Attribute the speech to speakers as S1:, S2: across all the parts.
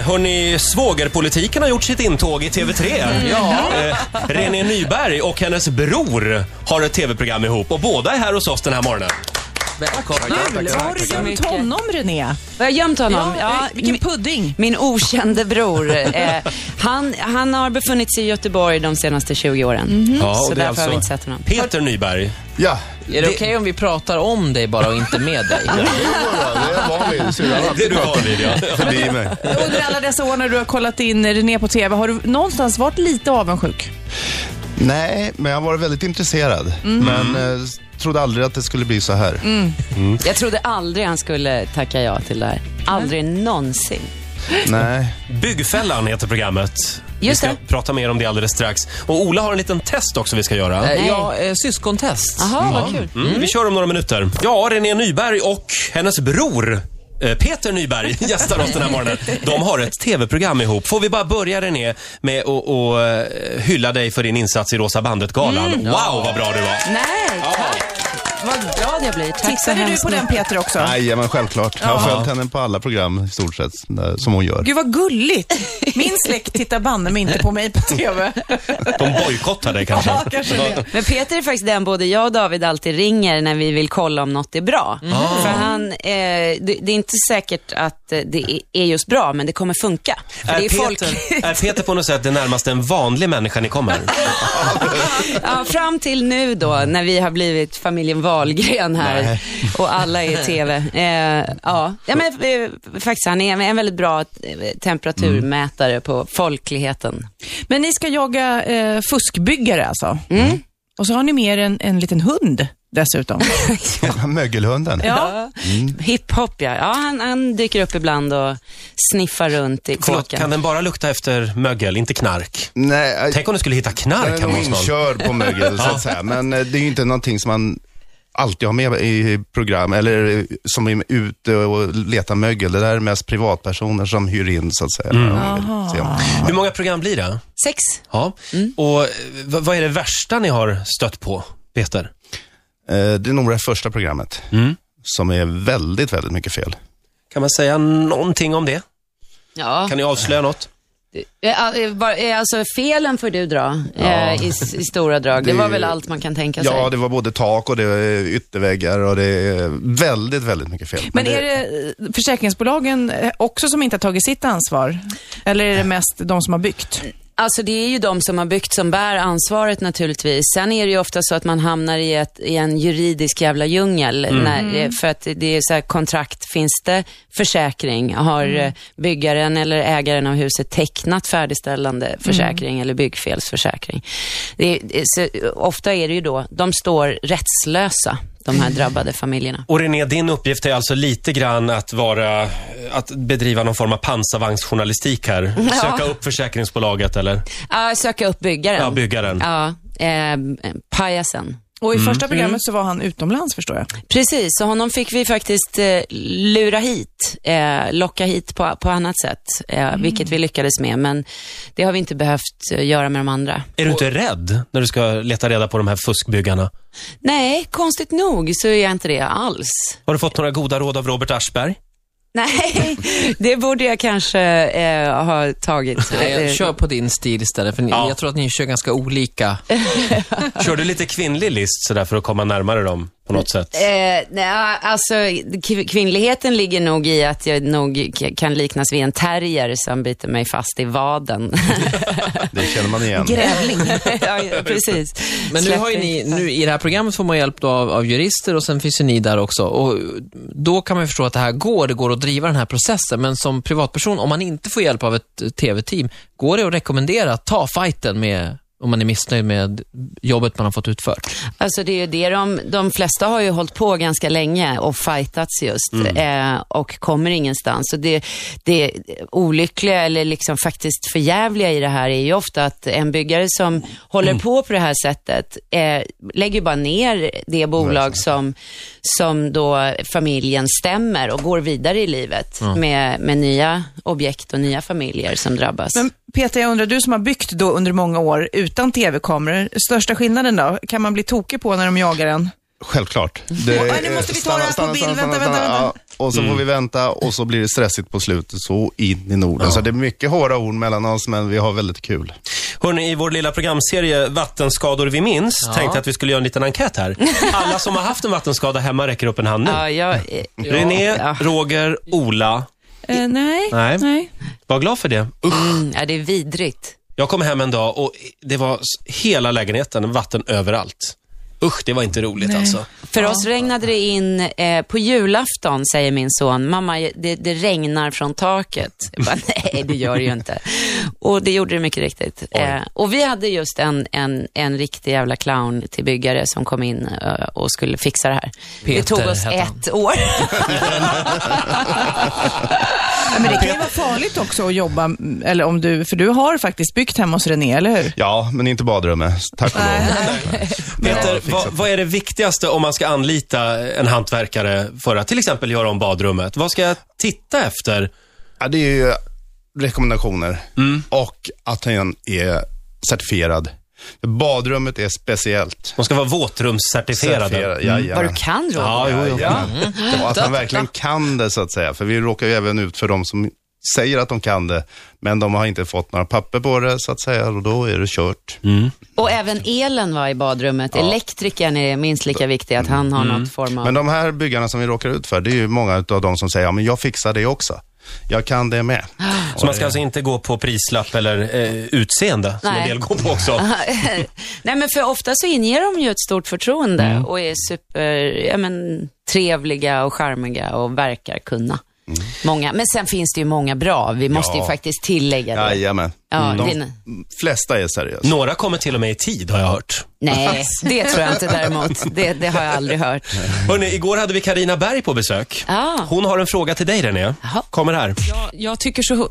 S1: Hörni, svågerpolitiken har gjort sitt intåg i TV3. Eh, René Nyberg och hennes bror har ett TV-program ihop och båda är här hos oss den här morgonen.
S2: Välkomna.
S3: Kul! Vad har du
S2: så
S3: gömt
S2: mycket.
S3: honom, René?
S2: Vad har jag gömt honom?
S3: Ja,
S2: Ja,
S3: vilken
S2: mi-
S3: pudding.
S2: min okände bror. Eh, han, han har befunnit sig i Göteborg de senaste 20 åren.
S1: Ja,
S2: Mm. Så
S1: och det är
S2: därför har vi
S1: alltså
S2: inte sett honom.
S1: Peter Nyberg.
S4: Ja,
S2: Är
S5: Är det okej om vi pratar om dig bara och inte med dig? Eh,
S4: jodå, det är vanlig syrran.
S1: Det är du van vid, ja.
S4: Förbi mig.
S3: Under alla dessa år när du har kollat in René på TV, har du någonstans varit lite avundsjuk?
S4: Nej, men jag var väldigt intresserad. Men eh, trodde aldrig att det skulle bli så här.
S2: Jag trodde aldrig han skulle tacka ja till det här. Aldrig någonsin.
S4: Nej.
S1: Byggfällan heter programmet. vi
S2: Just
S1: ska
S2: det.
S1: prata mer om det alldeles strax. Och Ola har en liten test också vi ska göra.
S5: Eh,
S2: Nej.
S5: Ja, eh, syskontest.
S2: Jaha, vad kul.
S1: Mm, Vi kör om några minuter. Ja, René Nyberg och hennes bror eh, Peter Nyberg gästar oss den här morgonen. De har ett tv-program ihop. Får vi bara börja René med att att, eh, hylla dig för din insats i Rosa bandet-galan. Wow, vad bra du var!
S2: Nej, tack. Vad glad jag blir. Tack så
S3: Tittade du
S2: hemskt
S3: på den
S2: mycket.
S3: Peter också?
S4: Nej, men självklart. Jag har följt henne på alla program i stort sett, eh, som hon gör.
S3: Gud vad gulligt. Min släkt tittar banne mig inte på mig på TV.
S1: De bojkottar dig kanske.
S3: Ja, kanske det.
S2: Men Peter är faktiskt den både jag och David alltid ringer när vi vill kolla om något är bra. För han, eh, det, det är inte säkert att eh, det är- är just bra, men det kommer funka. För
S1: Är
S2: det är folk...
S1: Peter, är Peter på något sätt det närmaste en vanlig människa ni kommer?
S2: Ja, fram till nu då, när vi har blivit familjen Wahlgren här och alla är i TV. Eh, ja. ja, men eh, faktiskt, han är en väldigt bra eh, temperaturmätare på folkligheten.
S3: Men ni ska jaga eh, fuskbyggare alltså? Och så har ni med er en, en liten hund dessutom.
S4: Mögelhunden.
S2: Ja. Hiphop, ja. ja han, han dyker upp ibland och sniffar runt i
S1: Förlåt,
S2: kåken.
S1: kan den bara lukta efter mögel, inte knark?
S4: Nej, eh,
S1: Tänk om du skulle hitta knark
S4: den
S1: hemma
S4: är
S1: hos någon.
S4: inkörd på mögel, så att säga. Men eh, det är ju inte någonting som man alltid har med i program, eller eh, som är ute och letar mögel. Det där är mest privatpersoner som hyr in, så att säga. Mögel, ser man.
S1: Hur många program blir det?
S2: Sex.
S1: Ja. Och eh, vad vad är det värsta ni har stött på, Peter?
S4: Eh, Det är nog det första programmet som är väldigt, väldigt mycket fel.
S1: Kan man säga någonting om det?
S2: Ja.
S1: Kan ni avslöja något?
S2: Eh, all- eh, bara- eh, Alltså felen får du dra eh, i, s- i stora drag. Det
S4: Det-
S2: var väl allt man kan tänka sig.
S4: Ja, det var både tak och det är ytterväggar och det är väldigt, väldigt mycket fel.
S3: Men är det eh, försäkringsbolagen eh, också som inte har tagit sitt ansvar? Eller är det mest de som har byggt?
S2: Alltså det är ju de som har byggt som bär ansvaret naturligtvis. Sen är det ju ofta så att man hamnar i, ett, i en juridisk jävla djungel. När, eh, för att det är så här kontrakt, finns det försäkring? Har eh, byggaren eller ägaren av huset tecknat färdigställande försäkring eller byggfelsförsäkring? Det, är- så, ofta är det ju då, de står rättslösa, de här drabbade familjerna.
S1: Och René, din uppgift är alltså lite grann att vara, att bedriva någon form av pansarvagnsjournalistik här. Söka upp försäkringsbolaget eller
S2: Ja, söka upp byggaren.
S1: ja, byggaren.
S2: Ja, eh, pajasen.
S3: Och i första programmet så var han utomlands förstår jag.
S2: Precis, så honom fick vi faktiskt eh, lura hit, eh, locka hit på, på annat sätt, eh,
S5: Mm.
S2: vilket vi lyckades med. Men det har vi inte behövt eh, göra med de andra.
S1: Är du inte rädd när du ska leta reda på de här fuskbyggarna?
S2: Nej, konstigt nog så är jag inte det alls.
S1: Har du fått några goda råd av Robert Aschberg?
S2: Nej, det borde jag kanske eh, ha tagit.
S5: Eh,
S2: Eh,
S5: Kör på din stil istället, för ni,
S1: Ja.
S5: jag tror att ni kör ganska olika.
S1: Kör du lite kvinnlig list sådär för att komma närmare dem på något sätt?
S2: Eh, nej, alltså kv- kvinnligheten ligger nog i att jag nog k- kan liknas vid en terrier som biter mig fast i vaden.
S4: Det känner man igen.
S3: Grävling.
S2: ja, precis.
S5: Men nu
S2: Släpper
S5: har ju ni,
S2: inte.
S5: nu, i det här programmet får man hjälp då av, av jurister och sen finns ju ni där också. Och då kan man ju förstå att det här går, det går att driva den här processen. Men som privatperson, om man inte får hjälp av ett eh, TV-team, går det att rekommendera att ta fighten med om man är missnöjd med jobbet man har fått utfört.
S2: Alltså det är ju det de, de flesta har ju hållit på ganska länge och fightats just eh, och kommer ingenstans. Så det, det olyckliga eller liksom faktiskt förjävliga i det här är ju ofta att en byggare som håller på på det här sättet eh, lägger ju bara ner det bolag som, som då familjen stämmer och går vidare i livet med, med nya objekt och nya familjer som drabbas.
S3: Men Peter, jag undrar, du som har byggt då under många år utan tv-kameror, största skillnaden då? Kan man bli tokig på när de jagar en?
S4: Självklart. Det,
S3: Åh, nej, nu måste vi ta det här på bild. Vänta, vänta, vänta.
S4: Ja, och så får
S1: Mm.
S4: vi vänta och så blir det stressigt på slutet så in i Norden. Så det är mycket hårda ord mellan oss, men vi har väldigt kul.
S1: Hörrni, i vår lilla programserie Vattenskador vi minns tänkte jag att vi skulle göra en liten enkät här. Alla som har haft en vattenskada hemma räcker upp en hand nu.
S2: Ja, jag, eh,
S1: René,
S2: Ja.
S1: Roger, Ola.
S3: Eh, nej,
S1: Nej.
S3: nej.
S1: Var glad för det. Usch.
S2: mm, ja, det är vidrigt.
S1: Jag kom hem en dag och det var s- hela lägenheten, vatten överallt. Usch, det var inte roligt alltså.
S2: För oss regnade det in, eh, på julafton säger min son, mamma det, det regnar från taket. Jag bara, nej det gör det ju inte. Och det gjorde det mycket riktigt. Eh, och vi hade just en, en, en riktig jävla clown till byggare som kom in eh, och skulle fixa det här. det
S5: Peter
S2: tog oss
S5: hette han.
S2: ett år.
S3: Ja, Men det kan ju vara farligt också att jobba, mm, eller om du, för du har faktiskt byggt hemma hos René, eller hur?
S4: Ja, men inte badrummet. Tack och lov.
S1: Peter, vad, vad är det viktigaste om man ska anlita en hantverkare för att till exempel göra om badrummet? Vad ska jag titta efter?
S4: Ja, det är ju rekommendationer
S1: Mm.
S4: och att han är certifierad. Badrummet är speciellt.
S1: De ska vara våtrumscertifierade.
S4: Jajamän.
S2: Vad du kan Roger.
S1: Ja, jo, jo.
S4: Jajamän. Ja, att han verkligen kan det så att säga. För vi råkar ju även ut för de som säger att de kan det, men de har inte fått några papper på det så att säga och då är det kört.
S2: Och även elen var i badrummet. Elektrikern är minst lika viktig, att han har
S5: Mm.
S2: något form av...
S4: Men de här byggarna som vi råkar ut för, det är ju många av de som säger, ja men jag fixar det också. Jag kan det med.
S1: Så man ska alltså inte gå på prislapp eller eh, utseende, som en
S2: Nej.
S1: del går på också.
S2: Nej, men för ofta så inger de ju ett stort förtroende och är super, ja, men, trevliga och charmiga och verkar kunna. Många. Men sen finns det ju många bra. Vi måste ju
S4: Ja.
S2: faktiskt tillägga det.
S4: Jajamän.
S2: Ja,
S4: De
S2: din-
S4: Mm, flesta är seriösa.
S1: Några kommer till och med i tid, har jag hört.
S2: Nej, det tror jag inte däremot. Det, det har jag aldrig hört.
S1: Hörrni, igår hade vi Karina Berg på besök.
S2: Ah.
S1: Hon har en fråga till dig, René.
S2: Jaha.
S1: Kommer här.
S6: Jag, jag tycker så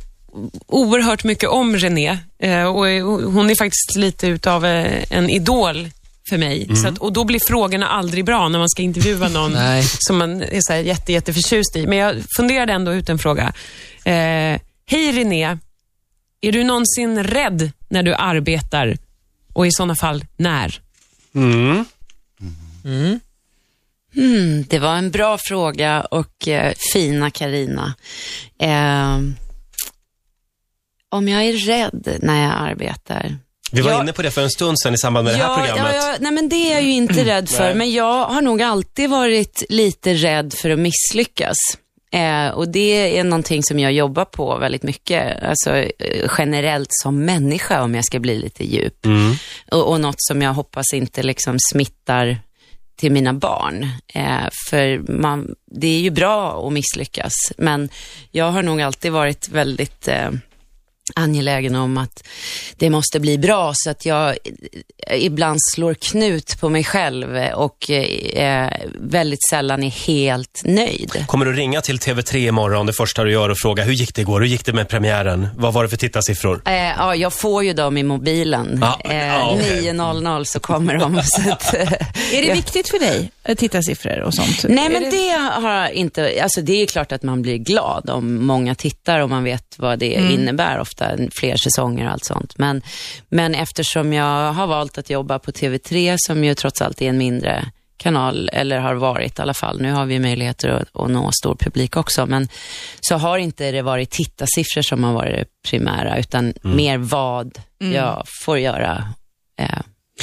S6: oerhört mycket om René eh, och eh, hon är faktiskt lite utav eh, en idol för mig. Så att, och då blir frågorna aldrig bra när man ska intervjua någon
S5: Nej.
S6: som man är så här jätte, jätteförtjust i. Men jag funderade ändå ut en fråga. Eh, Hej René, är du någonsin rädd när du arbetar och i sådana fall när?
S2: Mm, det var en bra fråga och eh, fina Karina. Eh, om jag är rädd när jag arbetar?
S1: Vi var
S2: Ja.
S1: inne på det för en stund sedan i samband med det här programmet.
S2: Ja, ja, nej, men det är jag ju inte rädd för. Men jag har nog alltid varit lite rädd för att misslyckas. Eh, och det är någonting som jag jobbar på väldigt mycket. Alltså eh, generellt som människa om jag ska bli lite djup. Och, och något som jag hoppas inte liksom smittar till mina barn. Eh, för man, det är ju bra att misslyckas, men jag har nog alltid varit väldigt eh, angelägen om att det måste bli bra så att jag eh, ibland slår knut på mig själv och eh, väldigt sällan är helt nöjd.
S1: Kommer du ringa till TV3 imorgon, det första du gör, och fråga hur gick det igår? Hur gick det med premiären? Vad var det för tittarsiffror?
S2: Eh, ja, jag får ju dem i mobilen.
S1: Ja,
S2: eh,
S1: ja, okej.
S2: 9.00 så kommer de. så att,
S3: Är det
S2: jag-
S3: viktigt för dig? eh, Tittarsiffror och sånt?
S2: Nej, men det har jag inte... Alltså det är klart att man blir glad om många tittar och man vet vad det innebär ofta, fler säsonger och allt sånt. Men, men eftersom jag har valt att jobba på TV3, som ju trots allt är en mindre kanal, eller har varit i alla fall. Nu har vi möjligheter att, att nå stor publik också, men så har inte det varit tittarsiffror som har varit det primära, utan mer vad jag får göra. Eh,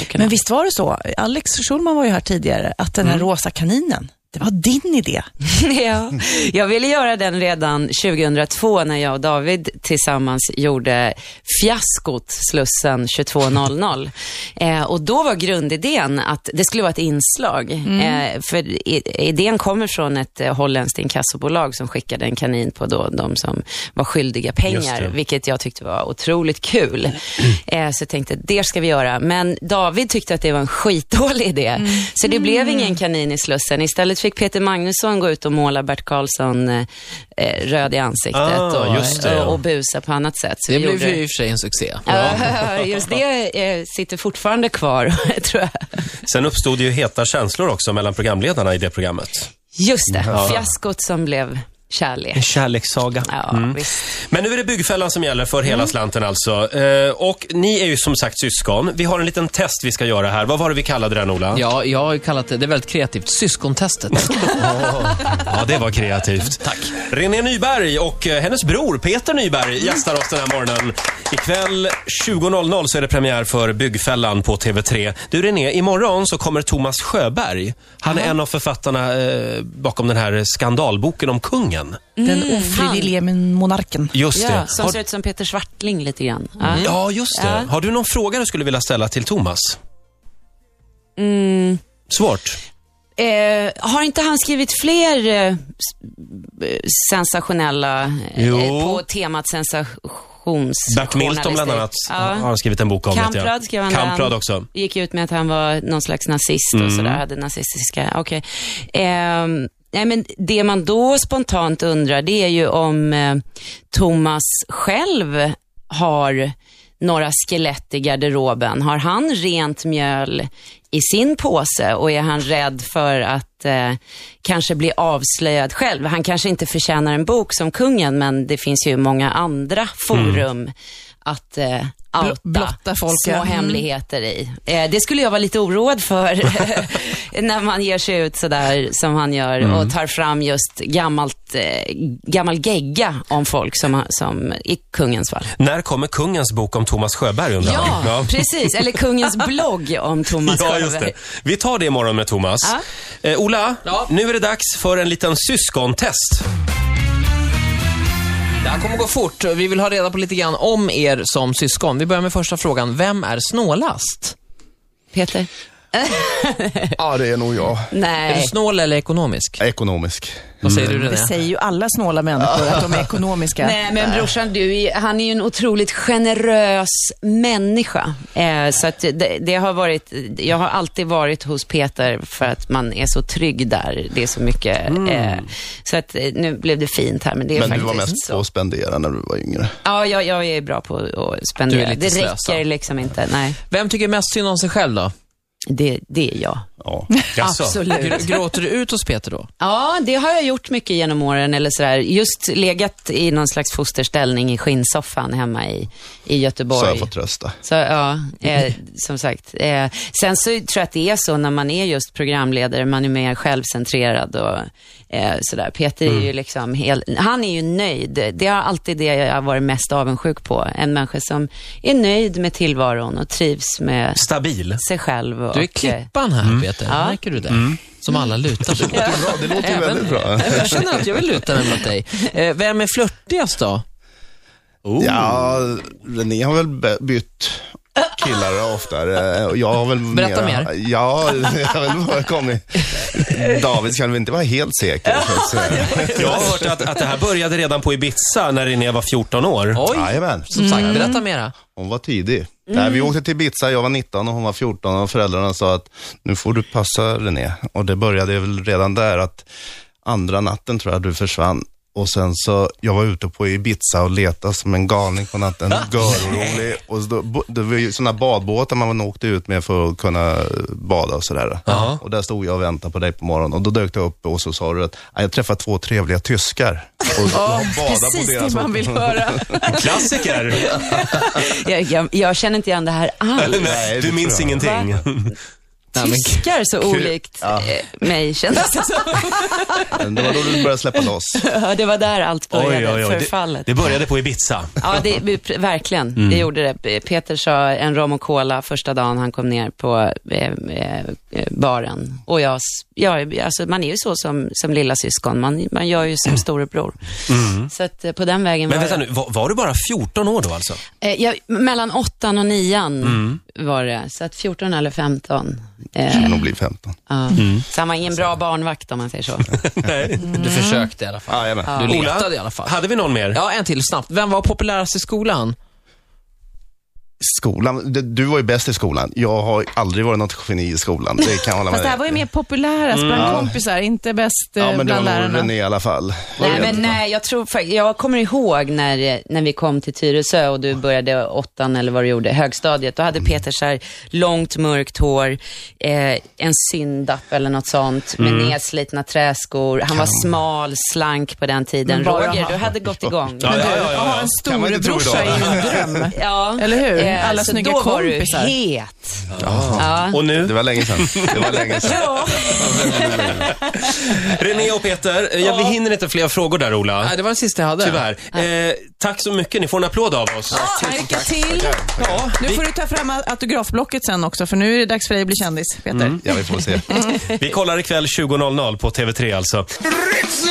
S2: och kunna-
S3: Men visst var det så? Alex Schulman var ju här tidigare, att den här
S4: Mm.
S3: rosa kaninen, det var din idé.
S2: ja, jag ville göra den redan 2002 när jag och David tillsammans gjorde fiaskot Slussen 22.00. Eh, och då var grundidén att det skulle vara ett inslag.
S1: Mm.
S2: Eh, för i, idén kommer från ett eh, holländskt inkassobolag som skickade en kanin på då, de som var skyldiga
S1: Just det.
S2: pengar, vilket jag tyckte var otroligt kul. Eh, så jag tänkte, det ska vi göra. Men David tyckte att det var en skitdålig idé. Så det blev ingen kanin i Slussen. Istället fick Peter Magnusson gå ut och måla Bert Karlsson eh, eh, röd i ansiktet
S1: Ah,
S2: och,
S1: just det, ja.
S2: och busa på annat sätt. Så
S5: Det
S2: vi
S5: blev
S2: gjorde
S5: ju i och för sig en succé.
S2: Ja, Just det eh, sitter fortfarande kvar, tror jag.
S1: Sen uppstod ju heta känslor också mellan programledarna i det programmet.
S2: Just det, fiaskot som blev
S1: En
S2: kärlek.
S1: kärlekssaga. Mm.
S2: Ja, visst.
S1: Men nu är det byggfällan som gäller för
S2: Mm.
S1: hela slanten alltså. Eh, och ni är ju som sagt syskon. Vi har en liten test vi ska göra här. Vad var det vi kallade den, Ola?
S5: Ja, jag har ju kallat det, det är väldigt kreativt, syskontestet.
S1: Ja, det var kreativt. Tack. René Nyberg och eh, hennes bror Peter
S2: Mm.
S1: Nyberg gästar oss den här morgonen. Ikväll 20.00 så är det premiär för Byggfällan på TV3. Du René, imorgon så kommer Thomas Sjöberg. Han är en av författarna eh, bakom den här skandalboken om kungen.
S3: Den
S4: Mm,
S3: ofrivillige monarken.
S1: Just
S2: Ja,
S1: det.
S2: som
S1: Har,
S2: ser ut som Peter Svartling lite grann. Ja.
S1: ja, just det.
S2: Ja.
S1: Har du någon fråga du skulle vilja ställa till Thomas?
S2: Mm.
S1: Svårt.
S2: Eh, har inte han skrivit fler eh, s- eh, sensationella eh,
S1: Jo.
S2: på temat sensations...
S1: Bert Milton bland annat
S2: journalistik?
S1: har har han skrivit en bok om. vet jag.
S2: Kamprad skrev han
S1: Kamprad
S2: den.
S1: också.
S2: Alltså, gick ut med att han var någon slags nazist och sådär, hade nazistiska, okej. Ehm, nej men det man då spontant undrar det är ju om eh, Thomas själv har några skelett i garderoben. Har han rent mjöl i sin påse och är han rädd för att eh, kanske bli avslöjad själv? Han kanske inte förtjänar en bok som kungen, men det finns ju många andra forum att eh, outa
S3: blotta folk,
S2: små
S3: ja. Mm.
S2: hemligheter i. Eh, det skulle jag vara lite oroad för när man ger sig ut sådär som han gör och tar fram just gammalt, eh, gammal gegga om folk som, som i kungens fall.
S1: När kommer kungens bok om Thomas Sjöberg undrar
S2: Ja,
S1: han?
S2: precis. Eller kungens blogg om Thomas
S1: Ja,
S2: Sjöberg.
S1: just det. Vi tar det imorgon med Thomas. Eh, Ola, nu är det dags för en liten syskontest.
S5: Det här kommer gå fort. Vi vill ha reda på lite grann om er som syskon. Vi börjar med första frågan. Vem är snålast?
S2: Peter?
S4: Ja, det är nog jag.
S5: Är du
S2: Nej.
S5: snål eller ekonomisk?
S4: Ekonomisk.
S5: Vad säger du
S3: Det
S5: René?
S3: säger ju alla snåla människor att de är ekonomiska.
S2: Nej, men brorsan, du, är- han är ju en otroligt generös människa. Eh, så att det, det har varit, jag har alltid varit hos Peter för att man är så trygg där. Det är så mycket. Eh, så att eh, nu blev det fint här, men det är
S4: Mm. Men du
S2: faktiskt
S4: var mest på
S2: så.
S4: att spendera när du var yngre.
S2: Ja, jag, jag är bra på att spendera.
S5: Du är lite
S2: det
S5: slös,
S2: räcker
S5: ja.
S2: liksom inte. Nej,
S5: Vem tycker mest synd om sig själv då?
S2: det, det är jag.
S4: Ja.
S1: Jaså?
S2: Absolut.
S5: Gr- Gråter du ut hos Peter då?
S2: Ja, det har jag gjort mycket genom åren. Eller sådär. Just legat i någon slags fosterställning i skinnsoffan hemma i, i Göteborg.
S4: Så har jag fått rösta.
S2: Så ja, eh, som sagt. Eh, sen så tror jag att det är så när man är just programledare, man är mer självcentrerad och eh, sådär. Peter är
S5: Mm.
S2: ju liksom hel, han är ju nöjd. Det har alltid det jag har varit mest avundsjuk på. En människa som är nöjd med tillvaron och trivs med
S1: Stabil.
S2: sig själv. Och,
S5: Du är
S2: eh,
S5: klippan här Peter, märker du det? Som alla lutar sig mot.
S4: Bra, det låter ju
S5: Även-
S4: väldigt bra.
S5: Jag känner att jag vill luta mig mot dig. Eh, Vem är flörtigast då?
S4: Ja, René har väl be- bytt killar oftare. och Jag har väl
S5: Berätta
S4: mera,
S5: mer.
S4: Ja, jag vet inte var jag kom i. David kan väl inte vara helt säker. så att säga.
S1: Jag har hört att, att det här började redan på Ibiza när René var 14 år.
S5: Oj,
S4: Jajamän.
S5: som
S2: Mm.
S5: sagt, berätta mera.
S4: Hon var tidig. Nej,
S3: Mm.
S4: vi åkte till Ibiza, jag var 19 och hon var 14 och föräldrarna sa att nu får du passa René. Och det började väl redan där att andra natten tror jag du försvann. Och sen så, jag var ute på Ibiza och letade som en galning på natten, görorolig. Och så då, bo- det var ju sådana badbåtar man åkte ut med för att kunna eh, bada och sådär. Och där stod jag och väntade på dig på morgonen och då dök du upp och så sa du att "Ah, jag träffade två trevliga tyskar. Och oh,
S3: Precis det man vill höra.
S1: Klassiker!
S2: jag, jag, jag känner inte igen det här Ah, alls.
S1: Nej, du minns
S4: tror
S1: ingenting.
S5: Nej, men-
S2: Tyskar så olikt eh, mig kändes det som.
S4: Men Det var då du började släppa loss.
S2: Ja, det var där allt började,
S1: Det,
S2: förfallet.
S1: det började på Ibiza.
S2: Ja, det, vi- verkligen.
S1: Mm.
S2: Det gjorde det. Peter sa en rom och cola första dagen han kom ner på eh, eh, baren. Och jag, s- ja, alltså, man är ju så som, som lilla syskon. Man, man gör ju som storebror. Så att, eh, på den vägen
S1: Mm. Men
S2: var
S1: vänta
S2: det.
S1: nu, var, var du bara 14 år då alltså?
S2: Eh, jag, mellan åttan och nian
S1: Mm.
S2: var det. Så att 14 eller 15. Eh,
S4: Skulle nog bli 15.
S2: ja.
S1: Mm.
S2: Så han var ingen bra barnvakt om man säger så.
S5: Mm. Du försökte i alla fall.
S4: Jajamän.
S5: Du letade i alla fall.
S1: hade vi någon mer?
S5: Ja, en till snabbt. Vem var populärast i skolan?
S4: Skolan, det- du var ju bäst i skolan. Jag har aldrig varit något geni i skolan. Det kan jag hålla med
S3: Fast det här
S4: dig.
S3: var ju mer populärast bland kompisar, inte bäst eh,
S4: Ja, men det
S3: bland
S4: var nog
S3: lärarna.
S4: René i alla fall. Jag
S2: Nej,
S4: vet
S3: eh,
S2: men
S4: inte.
S2: nej, jag tror fakt- jag kommer ihåg när, eh, när vi kom till Tyresö och du började åttan eller vad du gjorde, högstadiet. Då hade Peter så här långt mörkt hår, eh, en syndapp eller något sånt med nedslitna träskor. Han var smal, slank på den tiden.
S3: bara
S2: Roger,
S3: han.
S2: du hade gått igång.
S1: Ja, ja, ja, ja.
S3: En
S4: Kan man inte tro
S3: storebrorsa
S4: idag.
S3: är ju en dröm.
S2: Ja. Eh,
S3: Eller hur? Alla
S2: så
S3: snygga
S2: då
S3: kompisar.
S2: var du het. Ja.
S1: Och nu?
S4: Det var länge sedan. Det var länge sedan.
S1: René och Peter, eh, ja, vi hinner inte fler frågor där Ola.
S5: Nej, det var den sista jag hade.
S1: Tyvärr. Eh, tack så mycket, ni får en applåd av oss.
S3: Lycka till.
S1: Ja,
S3: Nu får du ta fram autografblocket sen också, för nu är det dags för dig att bli
S4: Mm.
S3: kändis, Peter.
S4: Ja, vi får se.
S1: vi kollar ikväll 20.00 på TV3 alltså.
S7: Ritz